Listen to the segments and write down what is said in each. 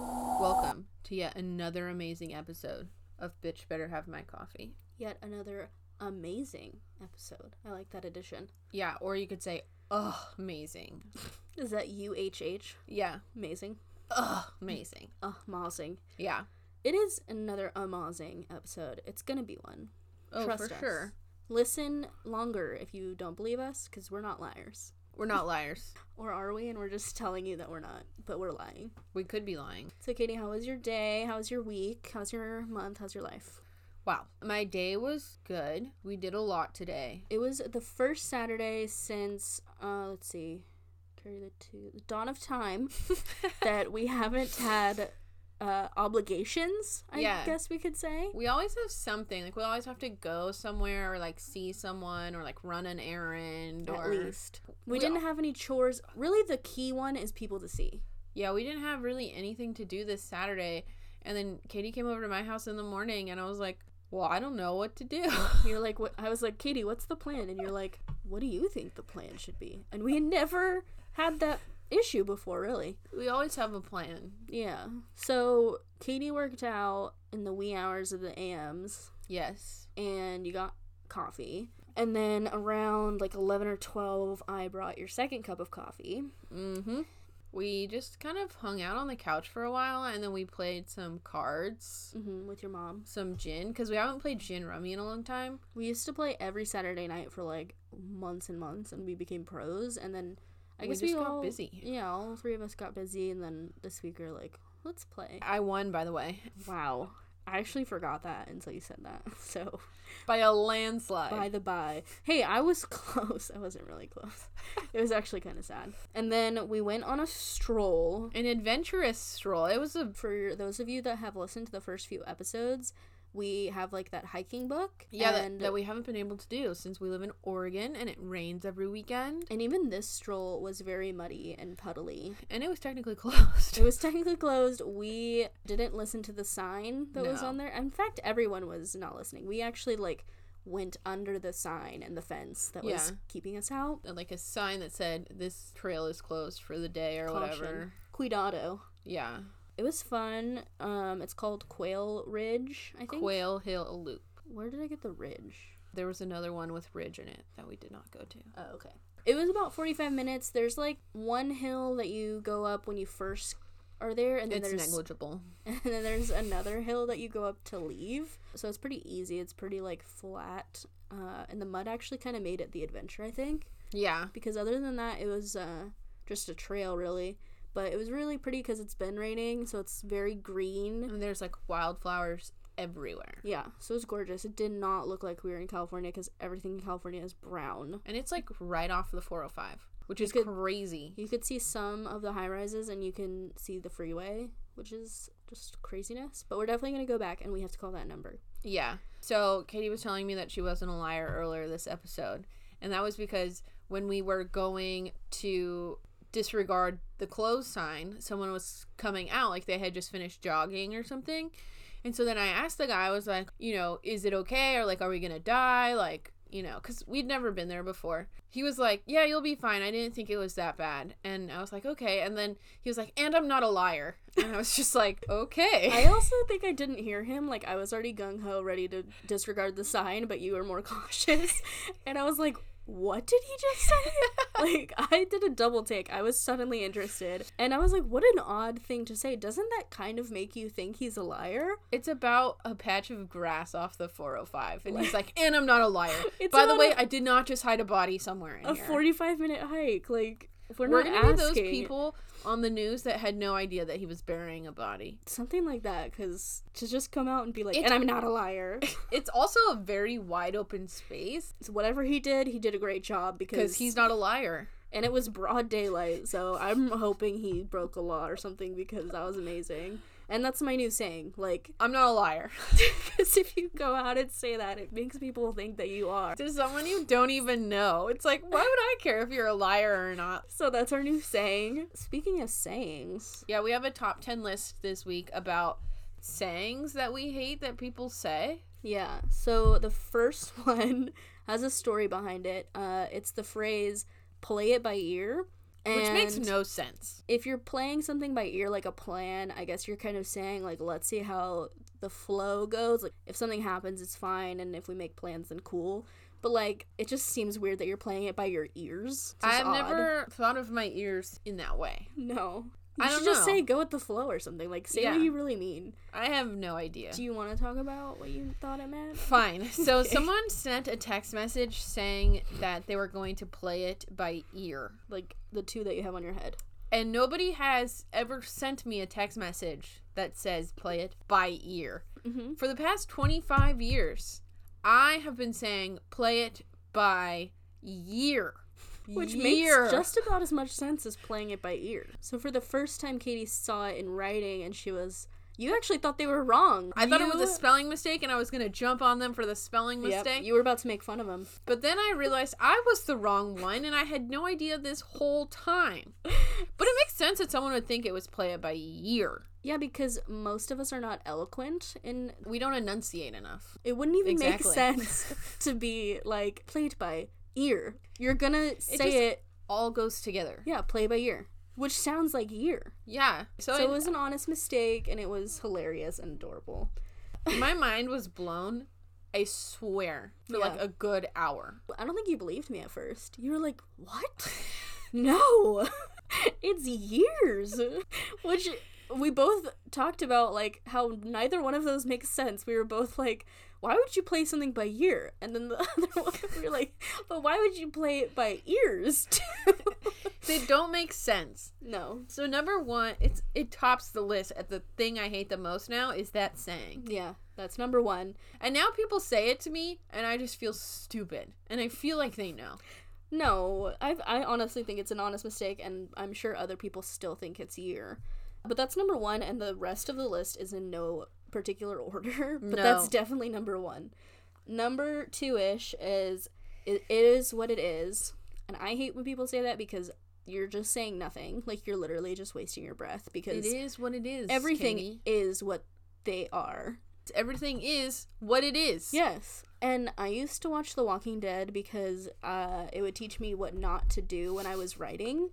Welcome to yet another amazing episode of Bitch Better Have My Coffee. Yet another amazing episode. I like that addition. Yeah, or you could say, ugh, amazing. Is that UHH? Yeah, Amazing. ugh, amazing. Amazing. Yeah. It is another amazing episode. It's going to be one. Oh, Trust for us. sure. Listen longer if you don't believe us because we're not liars. We're not liars. Or are we? And we're just telling you that we're not, but we're lying. We could be lying. So, Katie, how was your day? How was your week? How's your month? How's your life? Wow. My day was good. We did a lot today. It was the first Saturday since, uh, let's see, carry the two, the dawn of time that we haven't had uh, obligations, I Yeah. guess we could say. We always have something. Like, we always have to go somewhere or, like, see someone or, like, run an errand or. At least. We, We didn't have any chores. Really, the key one is people to see. Yeah, we didn't have really anything to do this Saturday. And then Katie came over to my house in the morning and I was like, well, I don't know what to do. You're like, what? I was like, Katie, what's the plan? And you're like, what do you think the plan should be? And we had never had that issue before, really. we always have a plan. Yeah. So Katie worked out in the wee hours of the AMs. Yes. and you got coffee. And then around like 11 or 12, I brought your second cup of coffee. hmm. We just kind of hung out on the couch for a while and then we played some cards, hmm with your mom. some gin, because we haven't played gin rummy in a long time. We used to play every Saturday night for like months and months, and we became pros. And then I We guess just we got all, busy. Yeah, all three of us got busy, and then this week we are like, let's play. I won, by the way, Wow. I actually forgot that until you said that. So, by a landslide. by the by. Hey, I was close. I wasn't really close. It was actually kind of sad. And then we went on a stroll An adventurous stroll. It was a. for those of you that have listened to the first few episodes, we have like that hiking book. Yeah, that, and, that we haven't been able to do since we live in Oregon and it rains every weekend. and even this stroll was very muddy and puddly. And it was technically closed. It was technically closed. We didn't listen to the sign that was No. on there. In fact, everyone was not listening. We actually like went under the sign and the fence that was Yeah. keeping us out. and, like a sign that said this trail is closed for the day or whatever. Caution. Cuidado. Yeah. It was fun. Um, it's called Quail Ridge, I think. Quail Hill Loop. Where did I get the ridge? There was another one with ridge in it that we did not go to. Oh, okay. It was about 45 minutes. There's like one hill that you go up when you first are there, and then It's there's negligible. and then there's another hill that you go up to leave. So it's pretty easy. It's pretty like flat, uh, and the mud actually kind of made it the adventure, I think. Yeah. Because other than that, it was uh, just a trail really. But it was really pretty because it's been raining, so it's very green. And there's like wildflowers everywhere. Yeah, so it's gorgeous. It did not look like we were in California because everything in California is brown. And it's like right off the 405, which is could- crazy. You could see some of the high rises and you can see the freeway, which is just craziness. But we're definitely going to go back and we have to call that number. Yeah. So Katie was telling me that she wasn't a liar earlier this episode. And that was because when we were going to disregard the close sign, someone was coming out, like they had just finished jogging or something. And so then I asked the guy, I was like, you know, is it okay? Or like, are we going to die? Like, you know, because we'd never been there before. He was like, yeah, you'll be fine. I didn't think it was that bad. And I was like, okay. And then he was like, and I'm not a liar. And I was just like, okay. I also think I didn't hear him. Like, I was already gung ho, ready to disregard the sign, but you were more cautious. And I was like, what did he just say? like, I did a double take. I was suddenly interested. And I was like, what an odd thing to say. Doesn't that kind of make you think he's a liar? It's about a patch of grass off the 405. And he's like, and I'm not a liar. It's By the not way, a- I did not just hide a body somewhere in A here. 45 minute hike. Like, we're, We're not going to be asking. those people on the news that had no idea that he was burying a body. something like that because to just come out and be like It's- and i'm not a liar It's also a very wide open space so whatever he did he did a great job because because he's not a liar. and it was broad daylight so i'm hoping he broke a law or something because that was amazing and that's my new saying like I'm not a liar. because if you go out and say that it makes people think that you are to someone you don't even know, it's like, why would I care if you're a liar or not? so that's our new saying speaking of sayings Yeah, we have a top 10 list this week about sayings that we hate that people say. Yeah. So the first one has a story behind it. Uh, it's the phrase "play it by ear," which makes And- no sense. if you're playing something by ear like a plan, I guess you're kind of saying like let's see how the flow goes. Like if something happens, it's fine and if we make plans then cool. But like it just seems weird that you're playing it by your ears. It's just I've odd. never thought of my ears in that way. No. You I should don't just know. say go with the flow or something. Like say Yeah. what you really mean. I have no idea. Do you want to talk about what you thought it meant? Fine. So Okay. someone sent a text message saying that they were going to play it by ear. Like the two that you have on your head. And nobody has ever sent me a text message that says play it by ear. Mm-hmm. For the past 25 years, I have been saying play it by year. Which Year. makes just about as much sense as playing it by ear. So for the first time, Katie saw it in writing, and she was, "You actually thought they were wrong." I thought it was You- a spelling mistake and I was going to jump on them for the spelling Yep, mistake. you were about to make fun of him. But then I realized I was the wrong one and I had no idea this whole time. But it makes sense that someone would think it was play it by ear. Yeah, because most of us are not eloquent, and We don't enunciate enough. it wouldn't even Exactly. make sense to be like played by ear. You're gonna say it, just- All goes together. yeah, play by ear, which sounds like ear. Yeah. So, So it in- was an honest mistake, and it was hilarious and adorable. my mind was blown, I swear, for like Yeah. a good hour. I don't think you believed me at first. You were like, "What? no, it's years." Which we both talked about, like how neither one of those makes sense. We were both like, "Why would you play something by year?" And then the other one, we were like, "But why would you play it by ears?" Too? They don't make sense. no. So number one, it's it tops the list at the thing I hate the most now is that saying. Yeah, that's number one. And now people say it to me and I just feel stupid. And I feel like they know. No, I I honestly think it's an honest mistake, and I'm sure other people still think it's year. But that's number one, and the rest of the list is in no particular order. But No. that's definitely number one. Number two ish is it, it is what it is, and I hate when people say that because you're just saying nothing. Like you're literally just wasting your breath It because is what it is. everything Katie. is what they are. everything is what it is. Yes. And I used to watch The Walking Dead because uh, it would teach me what not to do when I was writing.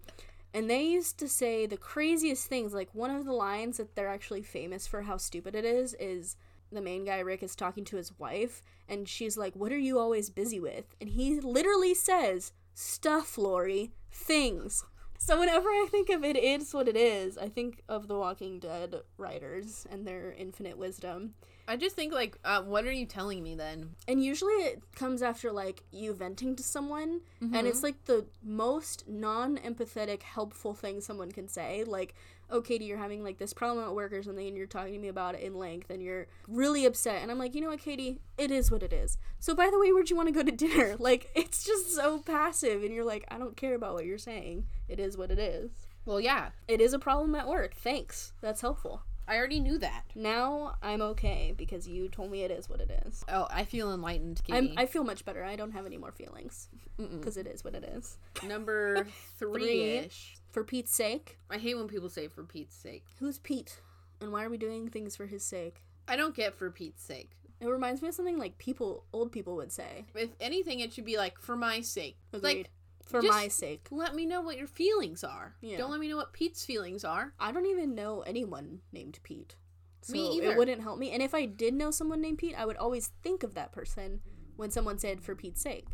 And they used to say the craziest things. Like, one of the lines that they're actually famous for how stupid it is is the main guy, Rick, is talking to his wife, and she's like, What are you always busy with? And he literally says, Stuff, Lori, things. So, whenever I think of it is what it is, I think of The Walking Dead writers and their infinite wisdom. I just think like, uh, what are you telling me then? and usually it comes after like you venting to someone and it's like the most non-empathetic helpful thing someone can say like oh katie you're having like this problem at work or something and you're talking to me about it in length and you're really upset and i'm like you know what katie it is what it is so by the way where'd you want to go to dinner like it's just so passive and you're like i don't care about what you're saying it is what it is Well, yeah, it is a problem at work thanks that's helpful I already knew that. now i'm okay because you told me it is what it is Oh, I feel enlightened, I'm, Katie. I feel much better. I don't have any more feelings because it is what it is. Number three-ish. For Pete's sake, I hate when people say for Pete's sake. who's Pete, and why are we doing things for his sake? I don't get for Pete's sake. It reminds me of something like people, old people would say. If anything, it should be like for my sake. Agreed. Like, for just- my sake, let me know what your feelings are. Yeah. Don't let me know what Pete's feelings are. I don't even know anyone named Pete. So Me either. It wouldn't help me. And if I did know someone named Pete, I would always think of that person when someone said for Pete's sake.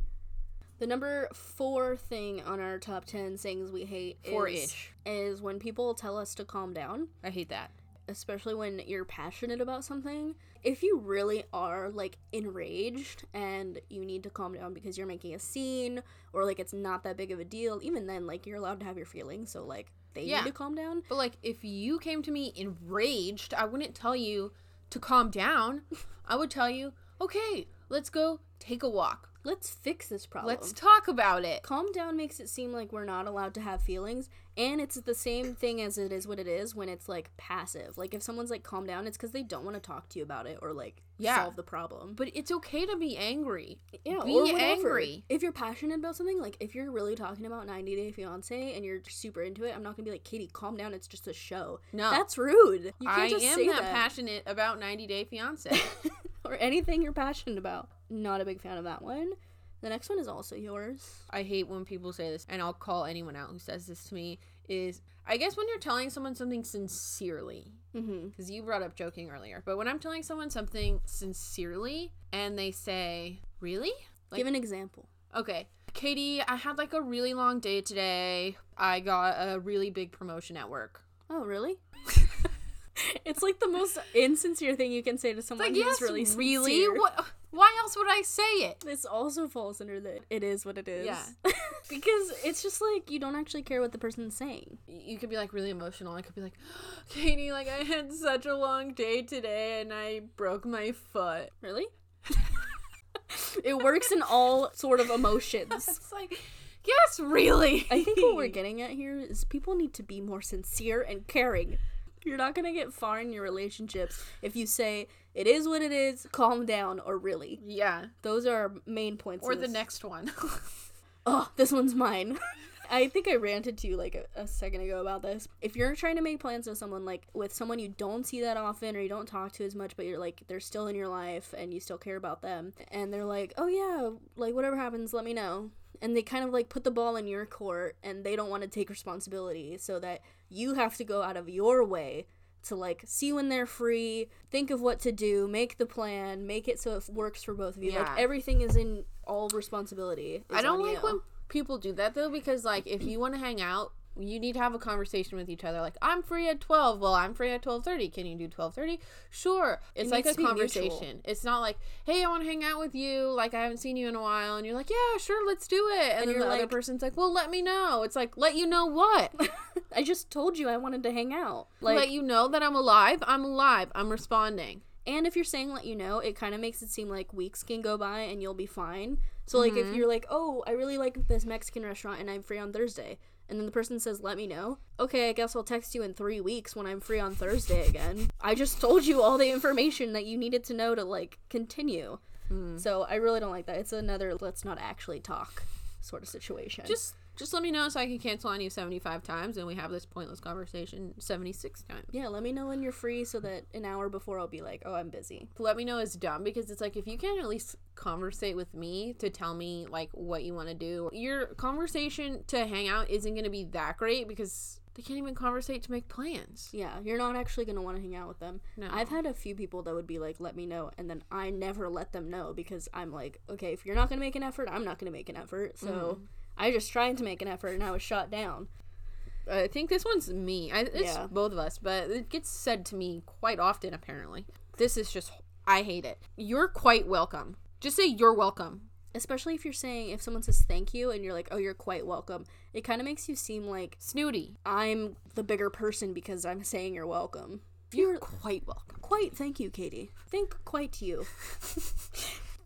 The number four thing on our top ten things we hate is- Four-ish. is when people tell us to calm down. I hate that. especially when you're passionate about something, if you really are like enraged and you need to calm down because you're making a scene or like it's not that big of a deal, even then, like you're allowed to have your feelings. So, like, they Yeah. need to calm down. But like, if you came to me enraged, I wouldn't tell you to calm down. I would tell you, okay, let's go take a walk. Let's fix this problem. Let's talk about it. calm down makes it seem like we're not allowed to have feelings. And it's the same thing as it is what it is when it's like passive. Like, if someone's like, calm down, it's because they don't want to talk to you about it or like Yeah. solve the problem. But it's okay to be angry. Yeah, be or whatever. angry. If you're passionate about something, like if you're really talking about 90 Day Fiance and you're super into it, I'm not gonna be like, Katie, calm down. It's just a show. No. that's rude. You can't I just am say that, that, passionate about 90 Day Fiance. or anything you're passionate about. Not a big fan of that one. The next one is also yours. I hate when people say this, and I'll call anyone out who says this to me. Is I guess when you're telling someone something sincerely, Mm-hmm. because you brought up joking earlier, but when I'm telling someone something sincerely and they say, Really? Like- Give an example. Okay. Katie, I had like a really long day today. I got a really big promotion at work. Oh, really? it's like the most insincere thing you can say to It's someone like, who's yes, really really? sincere. What? Why else would I say it? This also falls under the it is what it is. Yeah. because it's just like you don't actually care what the person's saying. You could be like really emotional. I could be like, Katie, like I had such a long day today and I broke my foot. Really? it works in all sort of emotions. It's like, yes, really. I think what we're getting at here is people need to be more sincere and caring. You're not going to get far in your relationships if you say it is what it is, calm down or really. Yeah. Those are our main points. Or in the this. next one. oh, this one's mine. I think I ranted to you like a, a second ago about this. If you're trying to make plans with someone, like with someone you don't see that often or you don't talk to as much, but you're like, they're still in your life and you still care about them, and they're like, oh yeah, like whatever happens, let me know. And they kind of like put the ball in your court and they don't want to take responsibility so that you have to go out of your way to like see when they're free, think of what to do, make the plan, make it so it works for both of you. Yeah. Like everything is in all responsibility. I is don't on like you. when people do that though, because like if you want to hang out, you need to have a conversation with each other. Like I'm free at twelve. Well, I'm free at twelve thirty. Can you do twelve thirty? Sure. It's like needs a to be conversation. mutual. It's not like, hey, I want to hang out with you. Like I haven't seen you in a while, and you're like, yeah, sure, let's do it. And, then you're the other like- person's like, well, let me know. It's like, let you know what? I just told you I wanted to hang out. Like, let you know that I'm alive. I'm alive. I'm responding. and if you're saying let you know, it kind of makes it seem like weeks can go by and you'll be fine. So like, if you're like, oh, I really like this Mexican restaurant and I'm free on Thursday, and then the person says let me know, okay, I guess I'll text you in three weeks when I'm free on Thursday again. I just told you all the information that you needed to know to like continue. So I really don't like that. It's another let's not actually talk sort of situation. Just. Just let me know so I can cancel on you 75 times and we have this pointless conversation 76 times. yeah, let me know when you're free so that an hour before I'll be like, oh, I'm busy. let me know is dumb because it's like if you can't at least conversate with me to tell me like what you want to do your conversation to hang out isn't going to be that great because they can't even conversate to make plans Yeah, you're not actually going to want to hang out with them. No. I've had a few people that would be like, let me know. And then I never let them know because I'm like, okay, if you're not going to make an effort, I'm not going to make an effort. So Mm-hmm. I just tried to make an effort and I was shot down. i think this one's me I, it's Yeah. both of us but it gets said to me quite often apparently this is just i hate it you're quite welcome just say you're welcome Especially if you're saying, if someone says thank you and you're like, oh, you're quite welcome, it kind of makes you seem like snooty I'm the bigger person because I'm saying you're welcome. you're quite welcome Quite, thank you, Katie. Think quite you.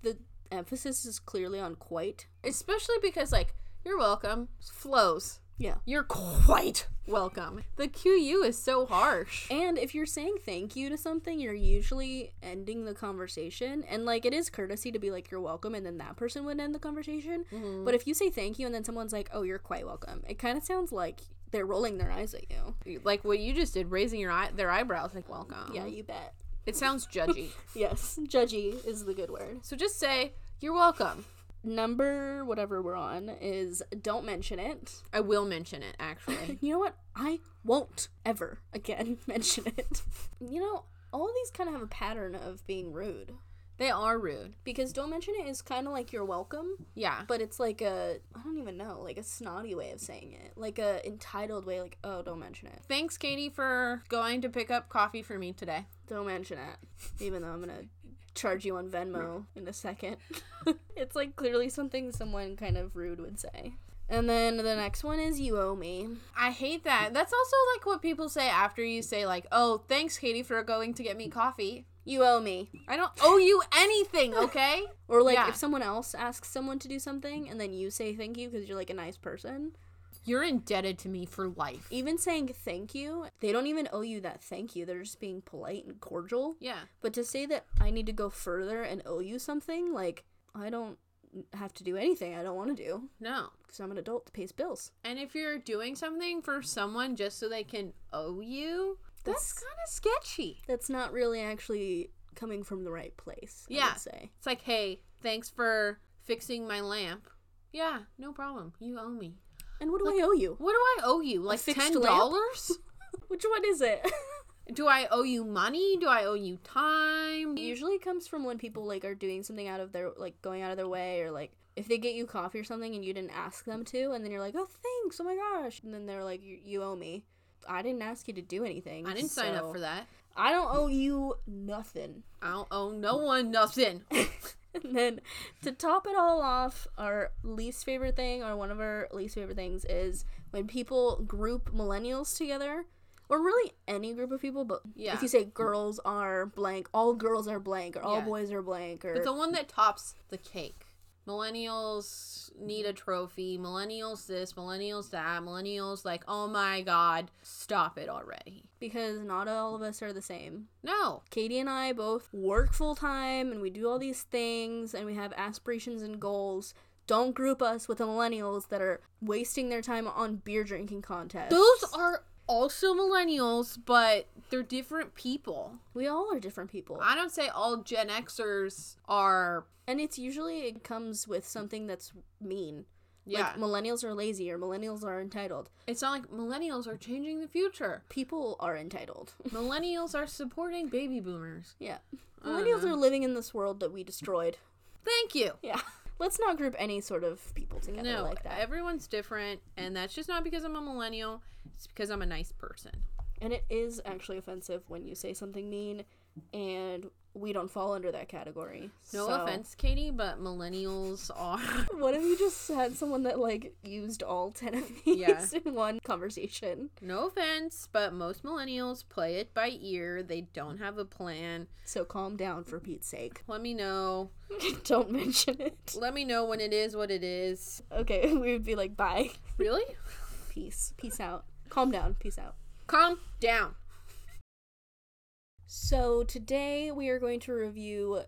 the emphasis is clearly on quite. especially because like you're welcome flows Yeah. you're quite welcome the qu is so harsh And if you're saying thank you to something, you're usually ending the conversation. And like it is courtesy to be like you're welcome and then that person would end the conversation. But if you say thank you and then someone's like, "Oh, you're quite welcome." It kind of sounds like they're rolling their eyes at you. like what you just did, raising your eye, their eyebrows, like welcome. Yeah, you bet. it sounds judgy. Yes, judgy is the good word. so just say you're welcome. Number whatever we're on is don't mention it. I will mention it actually. You know what? I won't ever again mention it. you know, all these kind of have a pattern of being rude. they are rude. Because don't mention it is kind of like you're welcome, Yeah, but it's like a I don't even know, like a snotty way of saying it, like a entitled way, like oh, don't mention it, thanks, Katie, for going to pick up coffee for me today. don't mention it, even though I'm gonna charge you on Venmo in a second. it's like clearly something someone kind of rude would say. And then the next one is you owe me. I hate that. That's also like what people say after you say like, "Oh, thanks, Katie, for going to get me coffee." You owe me. I don't owe you anything, okay? Or like Yeah. if someone else asks someone to do something and then you say thank you because you're like a nice person. You're indebted to me for life. Even saying thank you, they don't even owe you that thank you. They're just being polite and cordial. Yeah. But to say that I need to go further and owe you something, like, I don't have to do anything I don't want to do No. because I'm an adult that pays bills. And if you're doing something for someone just so they can owe you, that's kind of sketchy. That's not really actually coming from the right place, I Yeah. would say. It's like, hey, thanks for fixing my lamp. Yeah, no problem. You owe me. And what do I owe you? What do I owe you? Like fixed ten lamp? dollars? Which one is it? Do I owe you money? Do I owe you time? Usually it comes from when people like are doing something out of their like going out of their way or like if they get you coffee or something and you didn't ask them to and then you're like, "Oh, thanks. Oh my gosh." And then they're like, "You, you owe me." I didn't ask you to do anything. I didn't sign so up for that. I don't owe you nothing. I don't owe no one nothing. And then to top it all off, our least favorite thing, or one of our least favorite things, is when people group millennials together, or really any group of people, but Yeah. if you say girls are blank, all girls are blank, or all Yeah. boys are blank, or But the one that tops the cake. Millennials need a trophy. Millennials this, millennials that. Millennials like, oh my god, stop it already. because not all of us are the same. No. Katie and I both work full time and we do all these things and we have aspirations and goals. Don't group us with the millennials that are wasting their time on beer drinking contests. Those are also millennials, but they're different people. we all are different people. I don't say all Gen Xers are. And it's usually it comes with something that's mean. Yeah. Like millennials are lazy or millennials are entitled. it's not like millennials are changing the future. People are entitled. Millennials are supporting baby boomers. yeah. Millennials are living in this world that we destroyed. Thank you. Yeah. Let's not group any sort of people together No, like that. everyone's different, and that's just not because I'm a millennial. It's because I'm a nice person. And it is actually offensive when you say something mean and we don't fall under that category. No So- offense, Katie, but millennials are. What if you just had someone that like used all 10 of these Yeah. in one conversation? no offense, but most millennials play it by ear. They don't have a plan. So calm down for Pete's sake. Let me know. don't mention it. Let me know when it is what it is. Okay, we would be like, bye. Really? Peace. Peace out. Calm down. Peace out. Calm down. So today we are going to review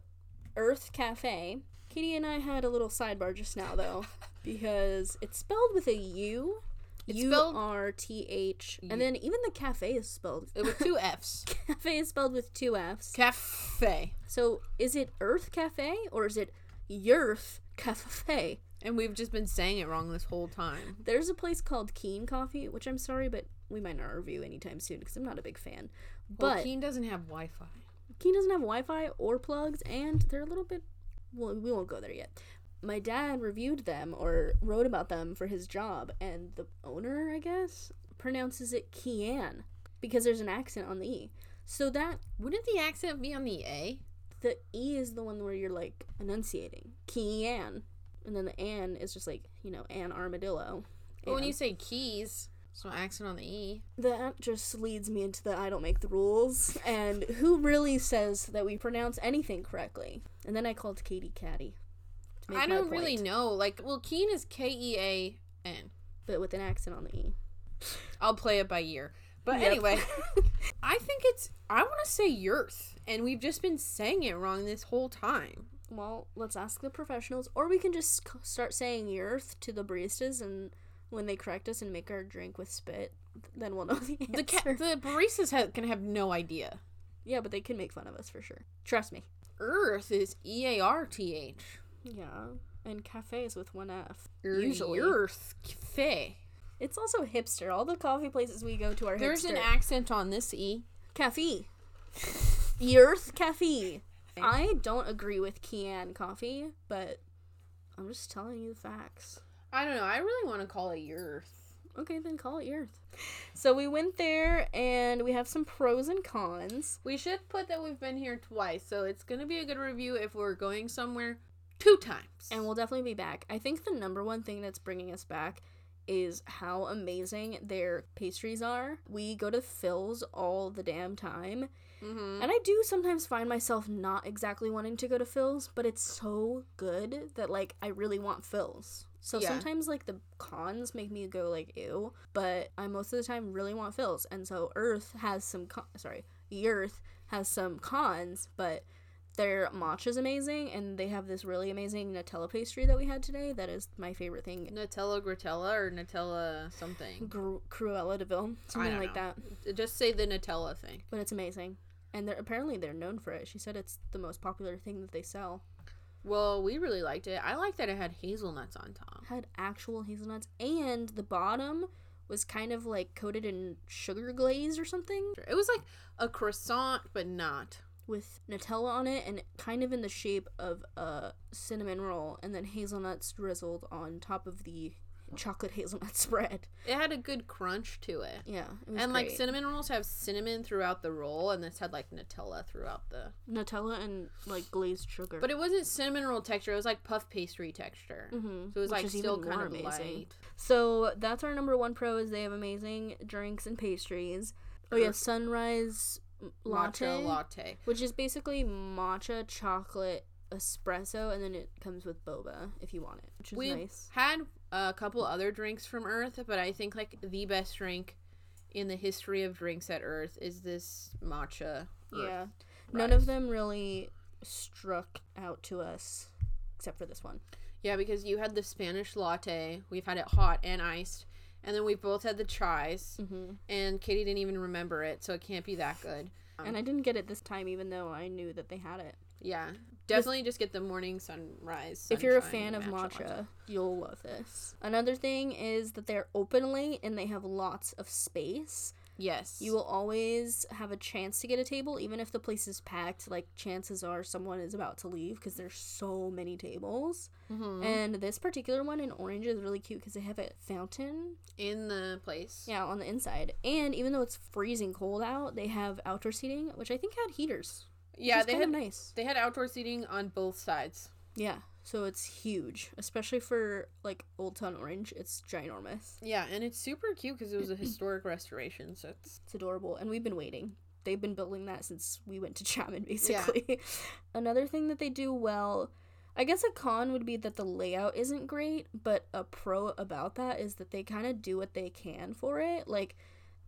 Earth Cafe. Katie and I had a little sidebar just now though, because it's spelled with a U. It's U spelled- R T H. U- And then even the cafe is spelled. It was two F's. Cafe is spelled with two F's. Cafe. So is it Earth Cafe or is it Yerf Cafe? And we've just been saying it wrong this whole time. There's a place called Keen Coffee, which I'm sorry, but we might not review anytime soon because I'm not a big fan. But But Keen doesn't have Wi Fi. Keen doesn't have Wi-Fi or plugs, and they're a little bit. Well, we won't go there yet. My dad reviewed them or wrote about them for his job, and the owner, I guess, pronounces it Kian because there's an accent on the e. So that Wouldn't the accent be on the A? the e is the one where you're like enunciating Kian, and then the an is just like you know an armadillo. But when An. you say keys, there's no accent on the E. That just leads me into the I don't make the rules and who really says that we pronounce anything correctly. And then I called Katie Caddy. to make I my don't really point, know. Like, well, Keen is K E A N. But with an accent on the E. I'll play it by ear. But Yep. anyway, I think it's, I want to say Yurth. And we've just been saying it wrong this whole time. Well, let's ask the professionals, or we can just c- start saying Yerth to the baristas, and when they correct us and make our drink with spit, then we'll know the answer. The ca- the baristas ha- can have no idea. yeah, but they can make fun of us for sure. Trust me. Earth is E A R T H. Yeah. And cafes with one F. Usually. Usually. Earth. Cafe. It's also hipster. All the coffee places we go to are There's hipster. an accent on this E. Cafe. Earth Cafe. I don't agree with Kian Coffee, but I'm just telling you the facts. I don't know. I really want to call it Yurth. Okay, then call it Earth. So we went there and we have some pros and cons. We should put that we've been here twice, so it's gonna be a good review if we're going somewhere two times. And we'll definitely be back. I think the number one thing that's bringing us back is how amazing their pastries are. We go to Phil's all the damn time. mm-hmm. And I do sometimes find myself not exactly wanting to go to Phil's, but it's so good that like I really want Phil's. So Yeah. sometimes like the cons make me go like ew, but I most of the time really want Phil's. And so Earth has some con- sorry, Earth has some cons, but their matcha is amazing and they have this really amazing Nutella pastry that we had today that is my favorite thing. Nutella Gratella or Nutella something. Gr- Cruella de Vil, something don't like know. that. Just say the Nutella thing. But it's amazing. And they're apparently they're known for it. She said it's the most popular thing that they sell. Well, we really liked it. I like that it had hazelnuts on top. Had actual hazelnuts, and the bottom was kind of like coated in sugar glaze or something It was like a croissant, but not. with Nutella on it and kind of in the shape of a cinnamon roll, and then hazelnuts drizzled on top of the chocolate hazelnut spread. It had a good crunch to it. Yeah, it was And like great. cinnamon rolls have cinnamon throughout the roll, and this had like Nutella throughout the. Nutella and like glazed sugar. But it wasn't cinnamon roll texture. It was like puff pastry texture. Mhm, So it was which like is even still kind more of amazing. light. So that's our number one pro is they have amazing drinks and pastries. Oh yeah, Perfect. sunrise m- latte, Matcha latte. which is basically matcha chocolate espresso, and then it comes with boba if you want it, which is We nice. had a couple other drinks from Earth, but I think like the best drink in the history of drinks at Earth is this matcha. Yeah, Earth none of rise. them really struck out to us, except for this one. Yeah, because you had the Spanish latte. We've had it hot and iced. And then we both had the chais. Mm-hmm. And Katie didn't even remember it, so it can't be that good. Um, And I didn't get it this time, even though I knew that they had it. Yeah. Definitely just get the morning sunrise. If you're a sunshine fan of matcha, latte. you'll love this. Another thing is that they're open late and they have lots of space. Yes. You will always have a chance to get a table, even if the place is packed. Like, chances are someone is about to leave because there's so many tables. Mhm. And this particular one in orange is really cute because they have a fountain, in the place. yeah, on the inside. And even though it's freezing cold out, they have outdoor seating, which I think had heaters. Yeah, they kind had of nice. they had outdoor seating on both sides. Yeah, so it's huge, especially for like Old Town Orange. It's ginormous. Yeah, and it's super cute because it was a historic restoration, so it's It's adorable, and we've been waiting. They've been building that since we went to Chapman, basically. Another thing that they do well, I guess a con would be that the layout isn't great, but a pro about that is that they kind of do what they can for it. Like,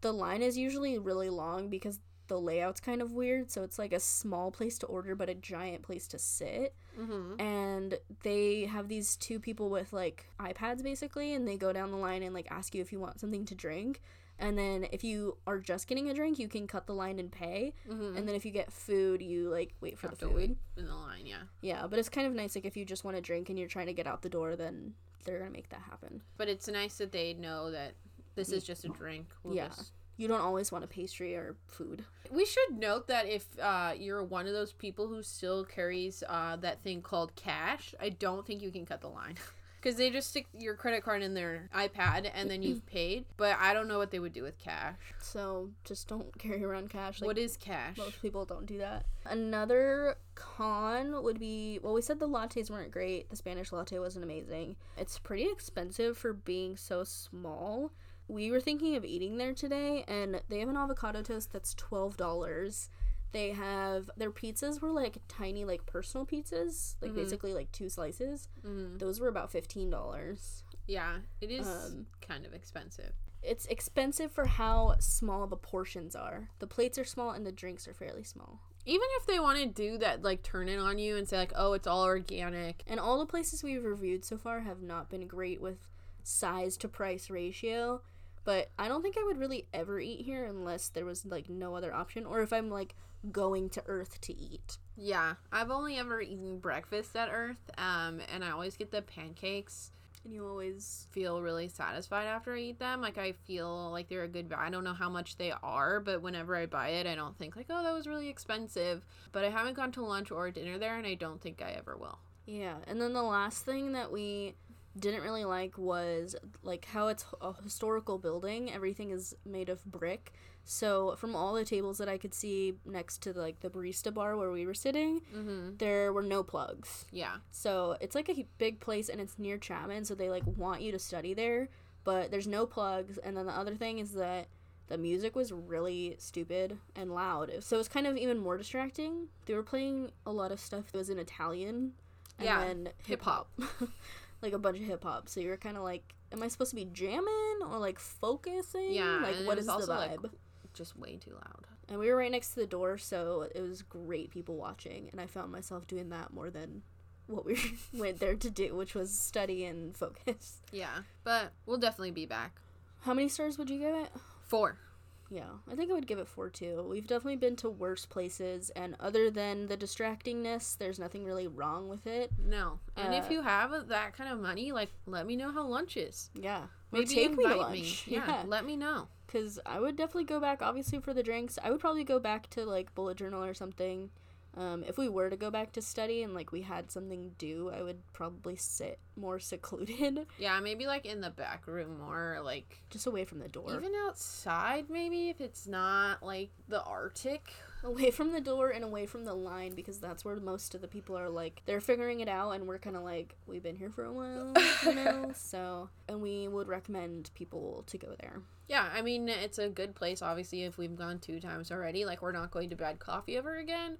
the line is usually really long because the layout's kind of weird, so it's like a small place to order, but a giant place to sit. mm-hmm. and they have these two people with like iPads basically, and they go down the line and like ask you if you want something to drink. And then if you are just getting a drink, you can cut the line and pay. Mm-hmm. And then if you get food, you like wait for have the to food. wait in the line, yeah. Yeah, but it's kind of nice like if you just want a drink and you're trying to get out the door, then they're gonna make that happen. But it's nice that they know that this is just a drink. Yeah. just- You don't always want a pastry or food. We should note that if uh, you're one of those people who still carries uh, that thing called cash, I don't think you can cut the line. Because they just stick your credit card in their iPad and then you've paid. But I don't know what they would do with cash. So just don't carry around cash. Like what is cash? Most people don't do that. Another con would be well, we said the lattes weren't great. The Spanish latte wasn't amazing. It's pretty expensive for being so small. We were thinking of eating there today, and they have an avocado toast that's twelve dollars. They have their pizzas were like tiny, like personal pizzas, like Mhm. basically like two slices. Mhm. Those were about fifteen dollars. Yeah, it is Um, kind of expensive. It's expensive for how small the portions are. The plates are small and the drinks are fairly small. Even if they want to do that, like turn it on you and say, like, oh, it's all organic. And all the places we've reviewed so far have not been great with size to price ratio. But I don't think I would really ever eat here unless there was like no other option or if I'm like going to Earth to eat. Yeah, I've only ever eaten breakfast at Earth, um, and I always get the pancakes. And you always. feel really satisfied after I eat them. Like I feel like they're a good value. I don't know how much they are, but whenever I buy it, I don't think like, oh, that was really expensive. But I haven't gone to lunch or dinner there, and I don't think I ever will. Yeah. And then the last thing that we didn't really like was like how it's a historical building. Everything is made of brick. So from all the tables that I could see next to like the barista bar where we were sitting, Mm-hmm. there were no plugs. Yeah, So it's like a hu- big place and it's near Chapman, so they like want you to study there, but there's no plugs. And then the other thing is that the music was really stupid and loud. So it was kind of even more distracting. They were playing a lot of stuff that was in Italian and Yeah, then hip hop. like a bunch of hip hop. So you were kind of like, am I supposed to be jamming or like focusing? Yeah, Like, and it what was is the also, like, vibe? just way too loud. and we were right next to the door, so it was great people watching. And I found myself doing that more than what we went there to do, which was study and focus. Yeah, but we'll definitely be back. How many stars would you give it? Four. Yeah, I think I would give it 4 2. We've definitely been to worse places, and other than the distractingness, there's nothing really wrong with it. No. And if Uh, you have that kind of money, like let me know how lunch is. Yeah. Or Maybe take me invite to lunch. me. Yeah, Yeah. Let me know. Because I would definitely go back, obviously, for the drinks. I would probably go back to like bullet journal or something. Um, if we were to go back to study and like we had something due, I would probably sit more secluded, Yeah. Maybe like in the back room or like just away from the door. even outside. Maybe if it's not like the Arctic. away from the door and away from the line because that's where most of the people are like they're figuring it out and we're kind of like we've been here for a while you know so and we would recommend people to go there Yeah, I mean it's a good place. Obviously, if we've gone two times already, like we're not going to Bad Coffee ever again,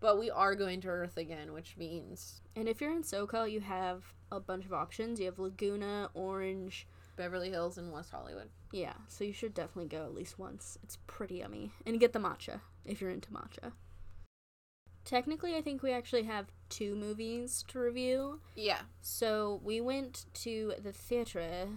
but we are going to Earth again, which means and if you're in socal you have a bunch of options you have laguna orange Beverly Hills and West Hollywood. yeah so you should definitely go at least once it's pretty yummy and get the matcha if you're into matcha technically i think we actually have two movies to review Yeah, So we went to the theater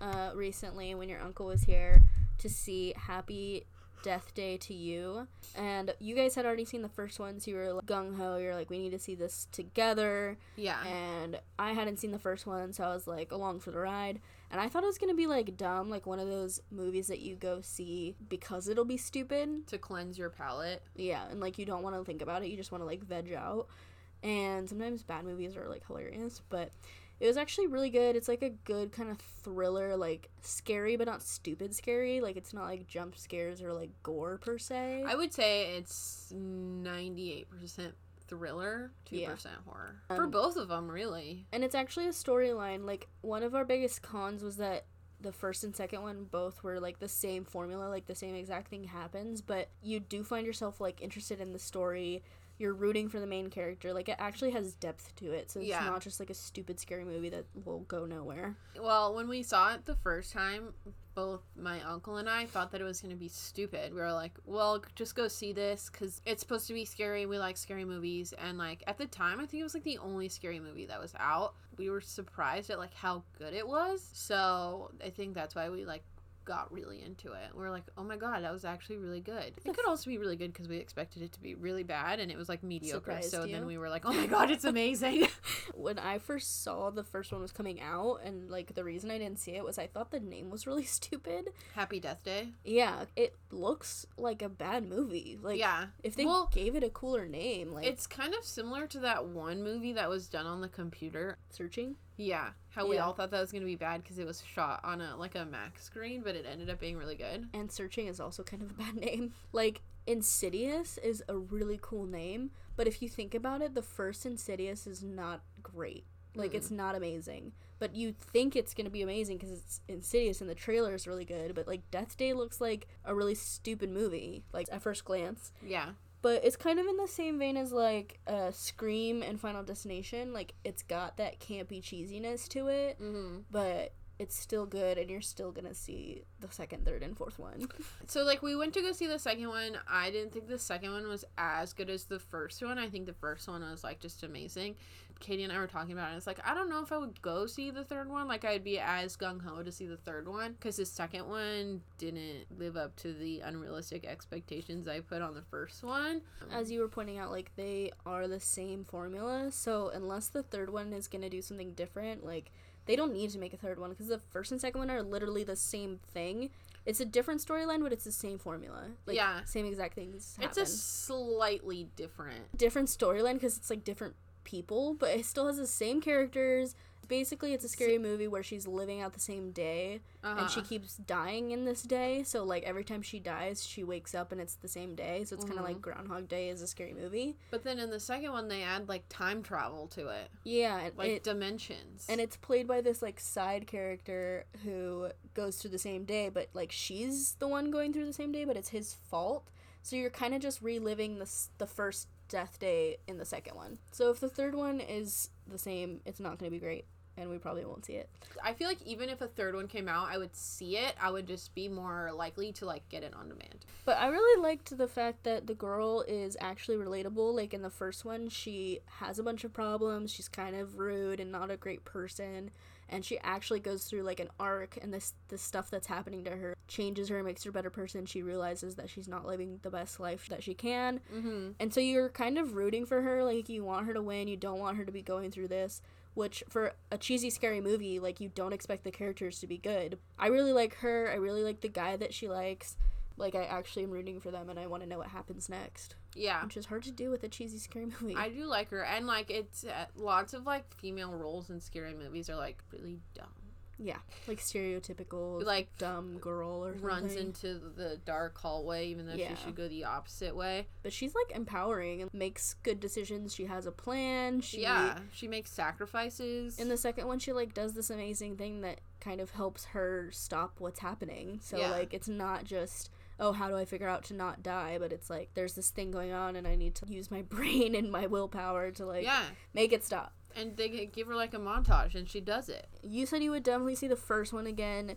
uh, recently when your uncle was here to see Happy Death Day to You, and you guys had already seen the first one, so you were like, gung ho. You're like, we need to see this together, yeah. and I hadn't seen the first one, so I was like along for the ride. And I thought it was gonna be like dumb, like one of those movies that you go see because it'll be stupid. to cleanse your palate. Yeah, and like you don't want to think about it, you just want to like veg out. And sometimes bad movies are like hilarious, but it was actually really good. It's like a good kind of thriller, like scary but not stupid scary. Like it's not like jump scares or like gore per se. I would say it's 98% thriller, 2% Yeah. horror. Um, For both of them, really. and it's actually a storyline. Like one of our biggest cons was that the first and second one both were like the same formula, like the same exact thing happens, but you do find yourself like interested in the story. You're rooting for the main character. Like it actually has depth to it, so it's Yeah. not just like a stupid scary movie that will go nowhere. Well, when we saw it the first time, both my uncle and I thought that it was going to be stupid. We were like, well, just go see this because it's supposed to be scary. We like scary movies. And, like, at the time, I think it was, like, the only scary movie that was out. We were surprised at, like, how good it was. So I think that's why we, like, got really into it. We were like, oh my God, that was actually really good. It could also be really good because we expected it to be really bad and it was, like, mediocre. Surprised so you? then we were like, oh my God, it's amazing. When I first saw the first one was coming out, and like the reason I didn't see it was I thought the name was really stupid. Happy Death Day. Yeah, it looks like a bad movie. Like yeah. if they Well, gave it a cooler name, like It's kind of similar to that one movie that was done on the computer. searching. Yeah, how we Yeah. all thought that was going to be bad because it was shot on a like a Mac screen, but it ended up being really good. and searching is also kind of a bad name. Like Insidious is a really cool name, but if you think about it, the first Insidious is not great. Like it's not amazing, but you think it's gonna be amazing because it's Insidious and the trailer is really good. But like Death Day looks like a really stupid movie, like at first glance. Yeah, But it's kind of in the same vein as like uh, Scream and Final Destination. Like it's got that campy cheesiness to it, hmm but it's still good, and you're still gonna see the second, third, and fourth one. so like we went to go see the second one. I didn't think the second one was as good as the first one. I think the first one was like just amazing. Katie and I were talking about it. And it's like I don't know if I would go see the third one. Like I'd be as gung ho to see the third one because the second one didn't live up to the unrealistic expectations I put on the first one. as you were pointing out, like they are the same formula. So unless the third one is gonna do something different, like they don't need to make a third one because the first and second one are literally the same thing. It's a different storyline, but it's the same formula. Like, Yeah. same exact things. It's Happen. a slightly different. different storyline because it's like different people, but it still has the same characters. Basically, it's a scary movie where she's living out the same day and she Uh-huh. keeps dying in this day. So like every time she dies, she wakes up and it's the same day. So it's kind Mhm. of like Groundhog Day is a scary movie. but then in the second one, they add like time travel to it, Yeah, and like it, dimensions. and it's played by this like side character who goes through the same day, but like she's the one going through the same day, but it's his fault. So you're kind of just reliving the s- the first death day in the second one. So if the third one is the same, it's not going to be great, and we probably won't see it. I feel like even if a third one came out, I would see it. I would just be more likely to like get it on demand. But I really liked the fact that the girl is actually relatable. Like in the first one, she has a bunch of problems. She's kind of rude and not a great person. and she actually goes through like an arc and this the stuff that's happening to her changes her makes her a better person she realizes that she's not living the best life that she can Mm-hmm. and so you're kind of rooting for her like you want her to win you don't want her to be going through this which for a cheesy scary movie like you don't expect the characters to be good i really like her i really like the guy that she likes like i actually am rooting for them and i want to know what happens next Yeah. which is hard to do with a cheesy scary movie I do like her, and like it's uh, lots of like female roles in scary movies are like really dumb. yeah like stereotypical Like dumb girl or runs something. into the dark hallway, even though Yeah. she should go the opposite way. but she's like empowering and makes good decisions she has a plan she yeah, she makes sacrifices. in the second one she like does this amazing thing that kind of helps her stop what's happening so Yeah. like it's not just oh how do i figure out to not die but it's like there's this thing going on and i need to use my brain and my willpower to like yeah, make it stop and they g- give her like a montage, and she does it. you said you would definitely see the first one again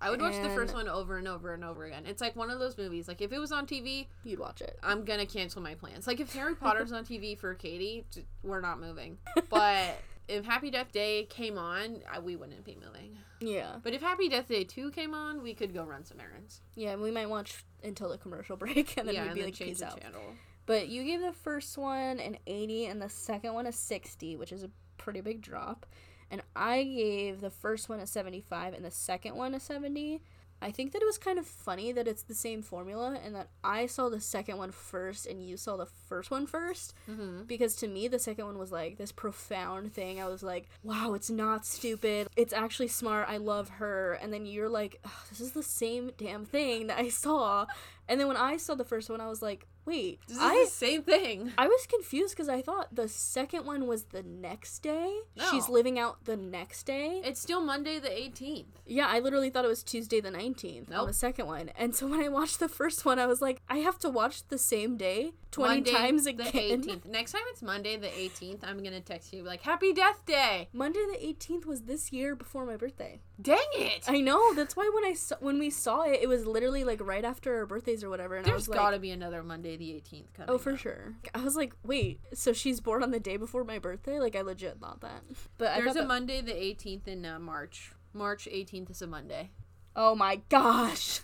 I would watch the first And- one over and over and over again. It's like one of those movies. Like if it was on TV, you'd watch it I'm gonna cancel my plans. Like if Harry Potter's on TV for Katie, j- we're not moving. But if Happy Death Day came on, I, we wouldn't be moving. yeah But if Happy Death Day 2 came on, we could go run some errands. yeah and we might watch until the commercial break and then yeah, we'd and be then like change peace the out channel. But you gave the first one an 80 and the second one a 60, which is a pretty big drop. And I gave the first one a 75 and the second one a 70. I think that it was kind of funny that it's the same formula and that I saw the second one first and you saw the first one first. Mm-hmm. Because to me, the second one was like this profound thing. I was like, wow, it's not stupid. It's actually smart. I love her. And then you're like, "Ugh, this is the same damn thing that I saw. And then when I saw the first one, I was like, wait, This is I, the same thing. I was confused because I thought the second one was the next day. She's No. living out the next day. It's still Monday the 18th. yeah, I literally thought it was Tuesday the 19th on Nope. the second one. And so when I watched the first one, I was like, I have to watch the same day 20 Monday times the again. 18th. Next time it's Monday the 18th, I'm gonna text you like Happy Death Day. Monday the 18th was this year before my birthday. Dang it! I know. That's why when I saw, when we saw it, it was literally like right after our birthdays or whatever. And I There's was like, gotta be another Monday the 18th coming. oh, for up. sure. I was like, wait, so she's born on the day before my birthday? Like I legit thought that. But I There's thought a that- Monday the 18th in uh, March. March 18th is a Monday. Oh my gosh.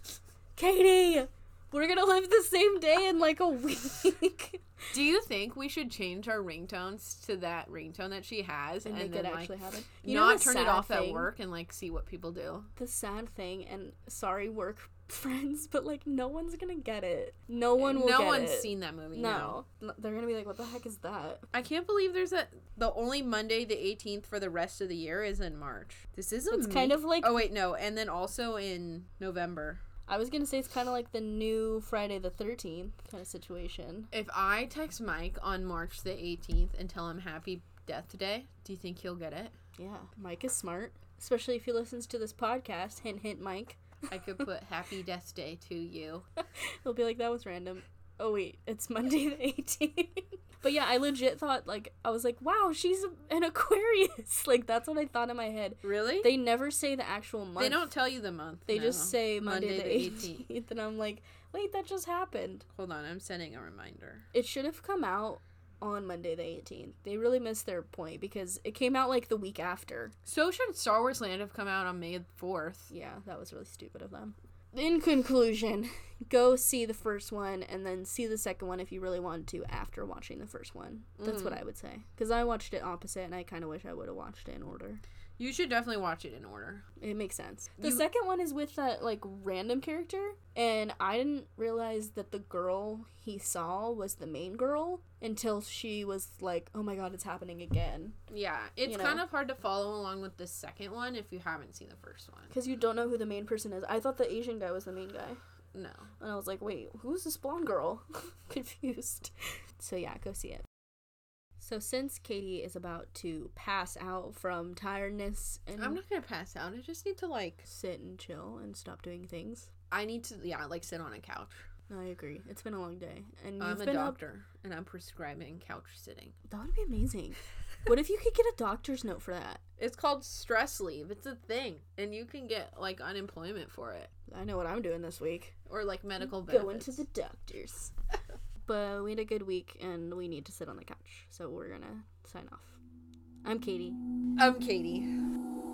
Katie, we're going to live the same day in like a week. Do you think we should change our ringtones to that ringtone that she has and and, make then it like actually happen. You know not the turn it sad off at thing? work and like see what people do? The sad thing, and sorry, work friends, but like no one's going to get it. No one will no get one's it. seen that movie. No. No. No, They're going to be like, what the heck is that? I can't believe there's a the only Monday the 18th for the rest of the year is in March. This is It's kind of like, Oh wait, no. And then also in November. I was going to say it's kind of like the new Friday the 13th kind of situation. If I text Mike on March the 18th and tell him happy death day, do you think he'll get it? Yeah. Mike is smart, especially if he listens to this podcast. Hint, hint, Mike. I could put happy death day to you. They'll be like, that was random. Oh, wait, it's Monday the 18th. but yeah, I legit thought, like, I was like, wow, she's an Aquarius. like, that's what I thought in my head. Really? They, They never say the actual month. don't tell you the month. They no. just say Monday, Monday the the 18th. And I'm like, wait, that just happened. Hold on, I'm sending a reminder. It should have come out on Monday the 18th. They really missed their point because it came out, like, the week after. So should Star Wars Land have come out on May 4th? Yeah, that was really stupid of them. In conclusion, go see the first one and then see the second one if you really wanted to after watching the first one. That's what I would say. Because I watched it opposite and I kind of wish I would have watched it in order. You should definitely watch it in order. It makes sense. The You- second one is with that, like, random character, and I didn't realize that the girl he saw was the main girl until she was like, oh my god, it's happening again. Yeah, it's You know. kind of hard to follow along with the second one if you haven't seen the first one. Because you don't know who the main person is. I thought the Asian guy was the main guy. No. And I was like, wait, who's this blonde girl? Confused. So yeah, go see it. So since Katie is about to pass out from tiredness and I'm not going to pass out. I just need to, like, sit and chill and stop doing things. I need to, yeah, like sit on a couch. I agree. It's been a long day. And you've I'm a been doctor and I'm prescribing couch sitting. up that would be amazing. what if you could get a doctor's note for that? It's called stress leave. It's a thing. And you can get, like, unemployment for it I know what I'm doing this week. or, like, medical benefits. Going to the doctors. but we had a good week and we need to sit on the couch. So we're gonna sign off. I'm Katie. I'm Katie.